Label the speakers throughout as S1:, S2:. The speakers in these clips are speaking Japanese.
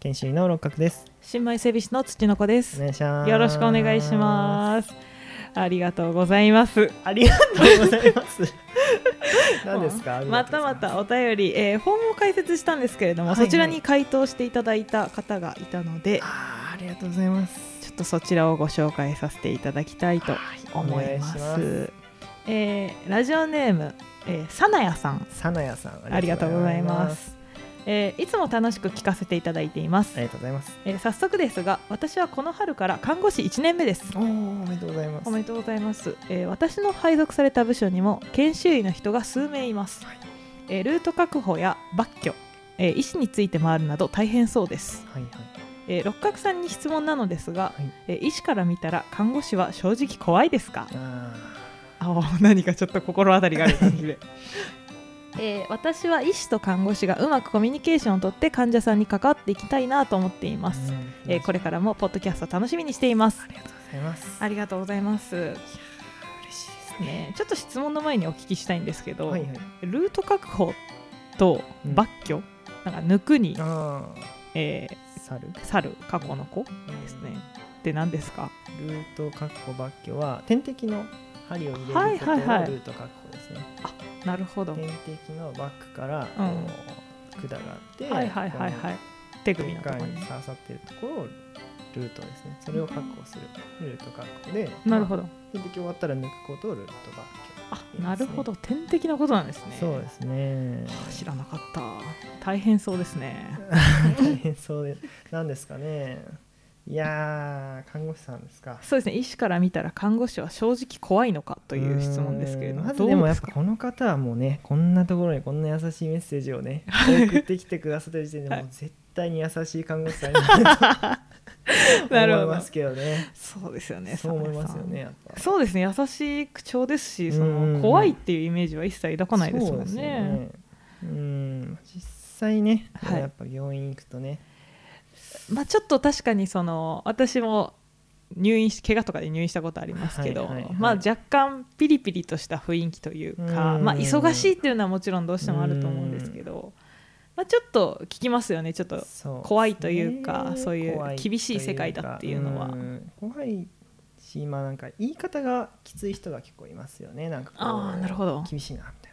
S1: 研修医の六角です
S2: 新米整備士の土の子で
S1: お
S2: す
S1: 願いします
S2: よろしくお願いしますありがとうございます
S1: すありがとうございます 何ですかありが
S2: ま
S1: とう
S2: た
S1: ござい
S2: ますたお便り、えー、フォームを解説したんですけれども、
S1: はいはい
S2: そちらに回答していただいた方がいたので
S1: あーありがとうございます
S2: ちょっとそちらをご紹介させていただきたいと思います,、
S1: はいお願いし
S2: えーラジオネーム、えー、さなやさん
S1: さなやさん
S2: ありがとうございますえーいつも楽しく聞かせていただいています
S1: ありがとうございます
S2: えー早速ですが私はこの春から看護師1年目です
S1: おおーおめでとうございます
S2: おめでとうございます、えー私の配属された部署にも研修医の人が数名います、
S1: はい
S2: えールート確保や抜去、えー医師について回るなど大変そうです、
S1: はいはい
S2: えー六角さんに質問なのですが、
S1: はい
S2: えー医師から見たら看護師は正直怖いですか
S1: あ
S2: あお何かちょっと心当たりがある感 じで、えー私は医師と看護師がうまくコミュニケーションをとって患者さんに関わっていきたいなと思ってい
S1: ー
S2: ます、
S1: うん
S2: えーこれからもポッドキャスト楽しみにしています
S1: ありがとうございます
S2: ありがとうございます
S1: 嬉しいです
S2: ね、ちょっと質問の前にお聞きしたいんですけど、
S1: はいはい
S2: ルート確保と
S1: うん
S2: 抜去、なんか抜くに、
S1: あ
S2: え
S1: ー猿
S2: ー、猿過去の子ですね、って何ですか
S1: ルート確保抜去は点滴の針を入れること
S2: は
S1: の
S2: いはいはい
S1: ルート確保ですね、
S2: なるほどはい
S1: 点滴のバックからこ
S2: うん
S1: う管があって、
S2: はいはいはい手首のと
S1: こ
S2: ころ
S1: の
S2: に
S1: 血管に刺さってるところをルートですねそれを確保するルート確保で
S2: なるほ
S1: ど
S2: ど
S1: 点滴終わったら抜くことをルートバ
S2: あ
S1: いいですね
S2: なるほど天的なことなんです
S1: ッ
S2: ね
S1: クそうです ね
S2: はあ知らなかった大変そうですね
S1: 大変そうでなんですかねいやー看護師さんですか
S2: そうですね医師から見たら看護師は正直怖いのかという質問ですけれど
S1: うーん
S2: も
S1: まずでも
S2: う
S1: や
S2: で
S1: っ
S2: す
S1: ぱ
S2: か
S1: この方はもうねこんなところにこんな優しいメッセージを ね送ってきてくださってる時点で
S2: はい
S1: もう絶対に優しい看護師さんになると
S2: なるほ
S1: 思い
S2: ど
S1: ますけどね
S2: そうですよね
S1: そう思いますよ
S2: さな
S1: ね
S2: や
S1: やっぱ
S2: さんそうですね優しい口調ですし
S1: う
S2: そ
S1: ん
S2: の怖いっていうイメージは一切抱かないですもん
S1: そう
S2: ね
S1: ですよねうん実際ね、
S2: はい
S1: やっぱ病院行くとね
S2: まあちょっと確かにその私も入院し怪我とかで入院したことありますけど、
S1: はいはいはい
S2: まあ、若干ピリピリとした雰囲気というか
S1: うん
S2: まあ、忙しいっていうのはもちろんどうしてもあると思うんですけど、まあ、ちょっと聞きますよねちょっと
S1: そう
S2: 怖いというか
S1: ね
S2: そういう
S1: 怖
S2: 厳しい世界だっていうのは
S1: というかうん怖いしまあなんか言い方がきつい人が結構いますよねなんかこう
S2: ああなるほど。
S1: 厳しいなみたいな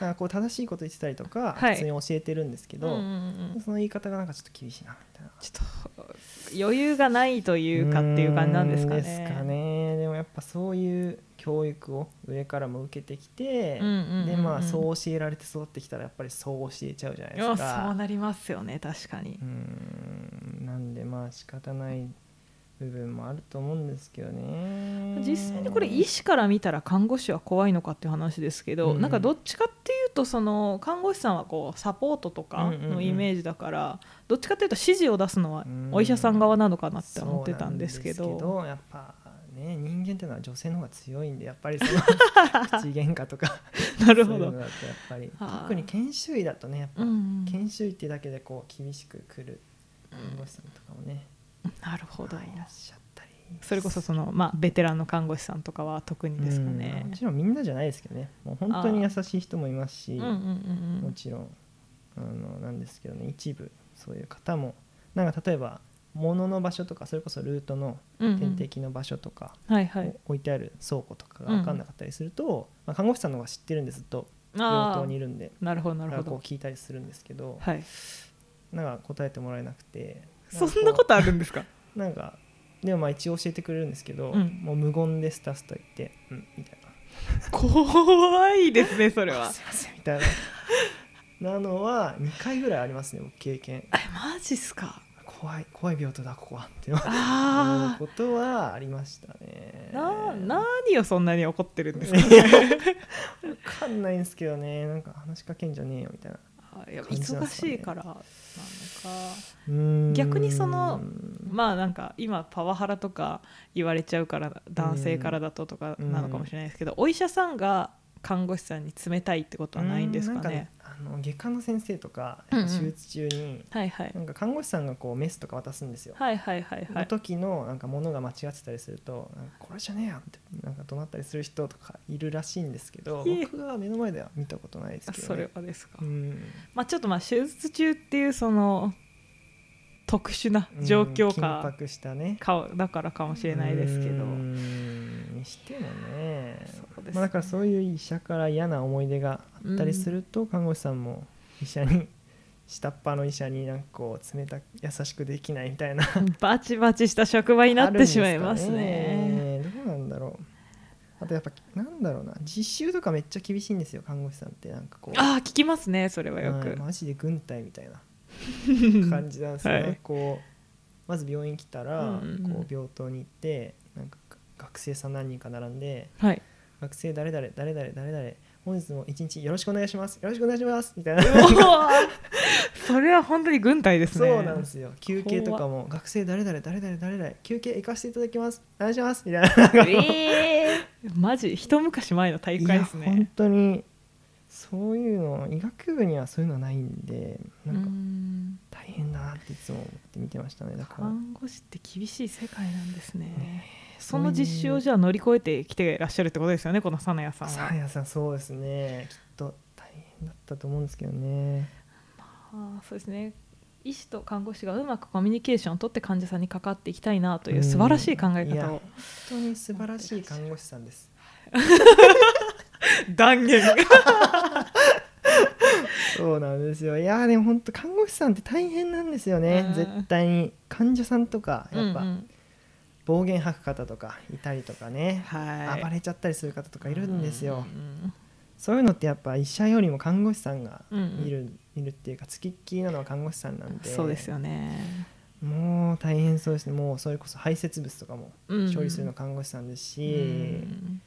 S1: なんかこう正しいこと言ってたりとか、
S2: はい
S1: 普通に教えてるんですけ
S2: うん
S1: ど、
S2: うんうん
S1: その言い方がなんかちょっと厳しいなみたいな。
S2: ちょっと余裕がないというかっていう感じなんですかね。
S1: うーんですかねでもやっぱそういう教育を上からも受けてきて、
S2: うんうんうんうん
S1: でまあそう教えられて育ってきたらやっぱりそう教えちゃうじゃない
S2: い
S1: で
S2: や
S1: す
S2: そう
S1: か。
S2: なりますよね確かに
S1: うー。んなんでまあ仕方ない部分もあると思うんですけどね。
S2: 実際にこれ医師から見たら看護師は怖いのかっていう話ですけど、
S1: うん
S2: なんかどっちかっていうとその看護師さんはこうサポートとか
S1: うんうんう
S2: の
S1: ん
S2: イメージだから、どっちかっていうと指示を出すのは
S1: うん
S2: お医者さん側なのかなって思ってたんですけ
S1: そ
S2: ど
S1: うなんですけどやっぱね人間ってのは女性の方が強いんでやっぱりそ の口喧嘩とか
S2: なる
S1: そう
S2: ほ
S1: いう
S2: ど
S1: の。だとやっぱり
S2: あー
S1: 特に研修医だとねやっぱ、
S2: うんうん
S1: 研修医ってだけでこう厳しく来る看護師さんとかもね、
S2: なるほど
S1: いらっしゃったり
S2: それこそその、まあ、ベテランの看護師さんとかは特にですかね
S1: うんも。ちろんみんなじゃないですけどねもう本当に優しい人もいますし、
S2: うんうんうんう
S1: も
S2: ん
S1: ちろんあのなんですけどね一部そういう方もなんか例えば物の場所とかそれこそルートの
S2: うんうん
S1: 点滴の場所とか、
S2: はいはい、
S1: 置いてある倉庫とかが分かんなかったりすると、まあ、看護師さんの方が知ってるんですずっと病
S2: あ
S1: 棟にい
S2: ー
S1: るんで
S2: なるほどな
S1: だ
S2: る
S1: か
S2: ほ
S1: らこう
S2: ど、
S1: 聞いたりするんですけど、
S2: はい、
S1: なんか答えてもらえなくて
S2: そんなことあるんですか
S1: なんかでもまあ一応教えてくれるんですけど、
S2: うん
S1: もう無言でスタスタ言って「うん」みたいな
S2: 怖いですねそ
S1: 「
S2: れは
S1: すいません」みたいななのは2回ぐらいありますね僕経験
S2: えマジっすか
S1: 怖い怖い病棟だここはっていう
S2: ああ
S1: ことはありましたね
S2: な何をそんなに怒ってるんですか
S1: いやわかんないんですけどねなんか話しかけんじゃねえよみたいな
S2: あやっぱ忙し いからなのか
S1: うーん
S2: 逆にそのまあなんか今パワハラとか言われちゃうから男性からだととかなのかもしれないですけどお医者さんが看護師さんに冷たいってことはないんですか
S1: うーんな
S2: ね
S1: んかねあの外科の先生とか
S2: うんうん
S1: 手術中に、
S2: はいはい
S1: なんか看護師さんがこうメスとか渡すんですよ、
S2: はいはいはいは
S1: の
S2: い
S1: 時のなんか物が間違ってたりすると「なんかこれじゃねえや」ってなんか怒鳴ったりする人とかいるらしいんですけど
S2: いえ
S1: 僕は目の前では見たことないです
S2: あ
S1: けど、ね、
S2: それはですか
S1: うん
S2: まあちょっとまあ手術中っていうその特殊な状況
S1: う
S2: 下
S1: ん緊迫したね
S2: かだからかもしれないですけど
S1: うんにしてもね
S2: そうですね
S1: まあ、だからそういう医者から嫌な思い出があったりすると、看護師さんも医者に下っ端の医者になんかこう冷たく優しくできないみたいな
S2: バチバチした職場になってしまいます
S1: あるん
S2: ね。
S1: ですかねどうなんだろうあとやっぱなんだろうな実習とかめっちゃ厳しいんですよ看護師さんってなんかこう
S2: ああ聞きますねそれはよ
S1: はい
S2: く。
S1: マジで軍隊みたい な感じなんですよ、
S2: はい
S1: なんかこうまず病院来たら、
S2: うんうんうん
S1: こう病棟に行ってなんか学生さん何人か並んで
S2: はい。
S1: 学生誰々誰々誰々本日も一日よろしくお願いしますよろしくお願いしますみたいな
S2: うわーそれは本当に軍隊ですね。
S1: そうなんですよ休憩とかも学生誰々誰々誰々休憩行かせていただきますお願いしますみたいな
S2: えーマジ一昔前の体育
S1: い
S2: 会
S1: や
S2: です
S1: 本
S2: ね。
S1: 当にそういうの医学部にはそういうのはないんで
S2: う
S1: なんか
S2: ん
S1: 大変だなっていつも思って見てましたねだから
S2: 看護師って厳しい世界なんですね。そ
S1: そうい
S2: の
S1: う
S2: 実習をじゃあ乗り越えてきてらっしゃるってことですよねこのサナヤさん
S1: さ
S2: は
S1: あ。やさんそうですねきっと大変だったと思うんですけどね
S2: あーそうですね医師と看護師がうまくコミュニケーションを取って患者さんにかかっていきたいなという素晴らしい考え
S1: うんいや
S2: 方
S1: 本
S2: を
S1: 当に素晴らしい看護師さんです
S2: 断言
S1: そうなんですよいやーでも本当看護師さんって大変なんですよ
S2: う
S1: ね
S2: ん
S1: 絶対に患者さんとか
S2: うん
S1: やっ
S2: う
S1: ぱ
S2: ん
S1: 暴言吐く方とかいたりとかね、
S2: はい
S1: 暴れちゃったりする方とかいるんですよ、
S2: うん
S1: そういうのってやっぱ医者よりも看護師さんが
S2: うんうん
S1: いる,、いるっていうか付きっきりなのは看護師さんなんで
S2: そうですよね、
S1: もう大変そうですねもうそれこそ排泄物とかも
S2: うん
S1: 処理するの看護師さんです
S2: う
S1: し、
S2: ん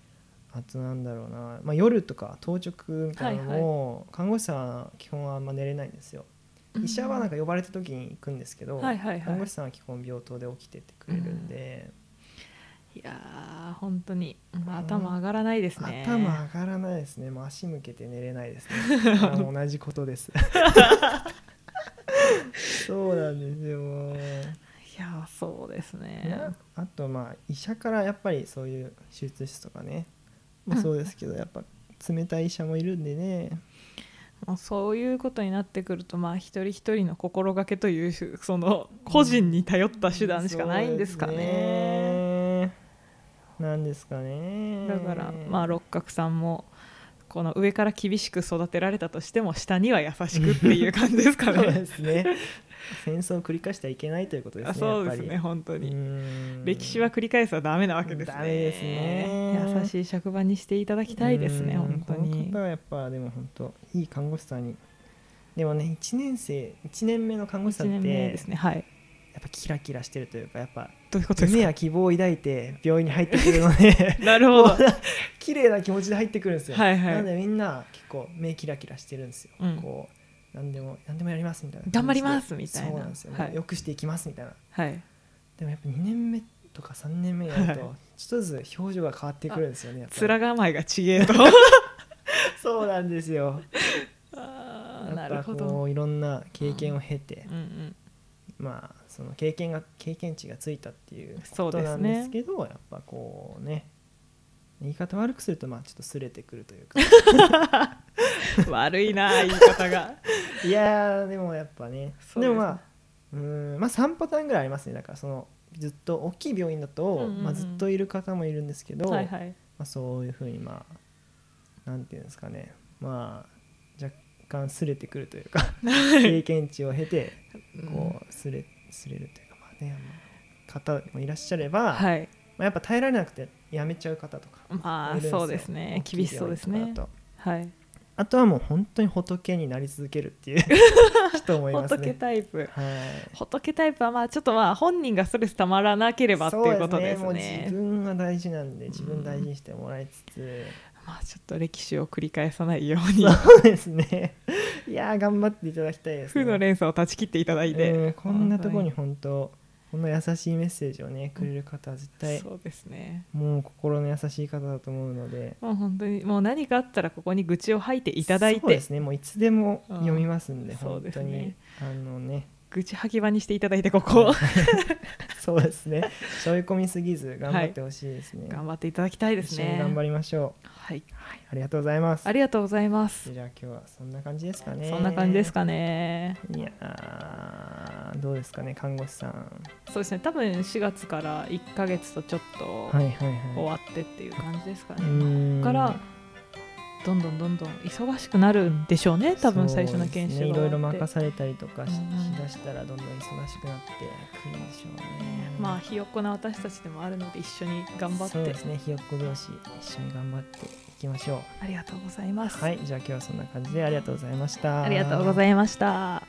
S1: あとなんだろうな、まあ、夜とか当直みたいなのも、看護師さんは基本はあんま寝れないんですよ医者はなんか呼ばれた時に行くんですけど、
S2: はいはいはい
S1: 看護師さんは基本病棟で起きててくれるんで、
S2: いやー本当に、まあ、頭上がらないですね、
S1: 頭上がらないですねもう足向けて寝れないです ねあの同じことですそうなんですよもう
S2: いやーそうです
S1: い
S2: ね
S1: やあとまあ医者からやっぱりそういう手術室とかねもそうですけどやっぱ冷たい医者もいるんでね
S2: まあそういうことになってくるとまあ一人一人の心がけというその個人に頼った 手段しかないんですか
S1: そう
S2: ね
S1: ですねなんですかね
S2: だから、まあ、六角さんもこの上から厳しく育てられたとしても下には優しくっていう感じですか
S1: そう
S2: ね
S1: で。すね戦争を繰り返してはいけないということですね
S2: あそうです
S1: や
S2: ね
S1: っぱ
S2: 本当
S1: り
S2: に、
S1: うん
S2: 歴史は繰り返すはダメなわけですね
S1: ダメですね
S2: 優しい職場にしていただきたいですね
S1: うん
S2: 本当に
S1: この方はやっぱでも本当いい看護師さんにでもね1年生1年目の看護師さ
S2: 1
S1: んっ
S2: 年
S1: て
S2: 目ですねはい
S1: やっぱキラキラしてるというかやっぱ
S2: どういうことです
S1: 夢
S2: か
S1: や希望を抱いて病院に入ってくるの で
S2: なるほど
S1: 綺麗な気持ちで入ってくるんですよ、
S2: はいはい
S1: なのでみんな結構目キラキラしてるんですよ、
S2: うん
S1: こう何でも何でもやりますみたいな感じで
S2: 頑張りますみたいな
S1: そうなんですよ、
S2: はい
S1: よくしていきますみたいな
S2: はい
S1: でもやっぱ2年目とか3年目になる
S2: は
S1: とちょっとずつ表情が変わってくるんですよねやっぱり
S2: 面構えがちげえと
S1: そうなんですよ
S2: あー
S1: や
S2: な
S1: っ
S2: る
S1: ぱ
S2: ほど
S1: こういろんな経験を経て、
S2: うんうん
S1: まあその経験が経験値がついたっていう
S2: そ
S1: こ
S2: う
S1: と
S2: で
S1: な
S2: す
S1: ん
S2: ね
S1: ですけどやっぱこうね言い方悪くするとまあちょっとすれてくるというか
S2: 悪いな 言い方が
S1: いやーでもやっぱね
S2: そう
S1: で
S2: ですね
S1: もまあうーんまあ3パターンぐらいありますねだからそのずっと大きい病院だと、
S2: んうんうん
S1: まあ、ずっといる方もいるんですけど、
S2: はいはい
S1: まあ、そういうふうにまあなんていうんですかねまあ若干すれてくるという か経験値を経てこうすれすれるというかまあねまあ方もいらっしゃれば、ま
S2: はい
S1: あ、やっぱ耐えられなくてやめちゃう方とか
S2: ま
S1: いる
S2: あ
S1: んよ
S2: そうですね
S1: 大きい
S2: 厳しそうです
S1: 病
S2: ね
S1: 院とかだと
S2: はい
S1: あとはもう本当に仏になり続けるっていう 人もいます
S2: 仏
S1: ね。
S2: タイプ
S1: はい
S2: 仏タイプはまあちょっとまあ本人がストレスたまらなければっていうことです
S1: そう
S2: ね
S1: もう自分が大事なんで自分大事にしてもらいつつ、
S2: まあちょっと歴史を繰り返さないように
S1: そうですねいやー頑張っていただきたいです、ね、
S2: 負の連鎖を断ち切っていただいて、
S1: うんこんなとこに本当こんな優しいメッセージをねくれる方は絶対
S2: そうですね
S1: もう心の優しい方だと思うので
S2: もう本当にもう何かあったらここに愚痴を吐いていただい
S1: そうで
S2: て
S1: すねもういつでも読みますんで、
S2: うんそう
S1: 本
S2: で
S1: 当
S2: す
S1: に、
S2: ね
S1: あのね
S2: 愚痴吐き場にしていただいてここを
S1: そうですね背負い込みすぎず頑張ってほしいですね、
S2: 頑張っていただきたいです
S1: 一緒に
S2: ね
S1: 頑張りましょう
S2: はい
S1: ありがとうございます
S2: ありがとうございます
S1: じゃあ今日はそんな感じですかね
S2: そんな感じですかね。
S1: いやーんどうですかね看護師さん
S2: そうですね多分4月から1か月とちょっと
S1: はいはい
S2: 終
S1: は
S2: わってっていう感じですかね、
S1: いうん
S2: ここからどんどんどんどん忙しくなるんでしょうね多分最初の研修
S1: そうですねい
S2: が終
S1: ろ
S2: わ
S1: いろ
S2: って
S1: 任されたりとかしし
S2: うんうん
S1: だしたらどんどん忙しくなってくるんでしょうね
S2: まあひよっこな私たちでもあるので一緒に頑張っ
S1: そうで
S2: て
S1: すねひよっこ同士一緒に頑張っていきましょう
S2: ありがとうございます、
S1: はいじゃあ今日はそんな感じでありがとうございました
S2: ありがとうございました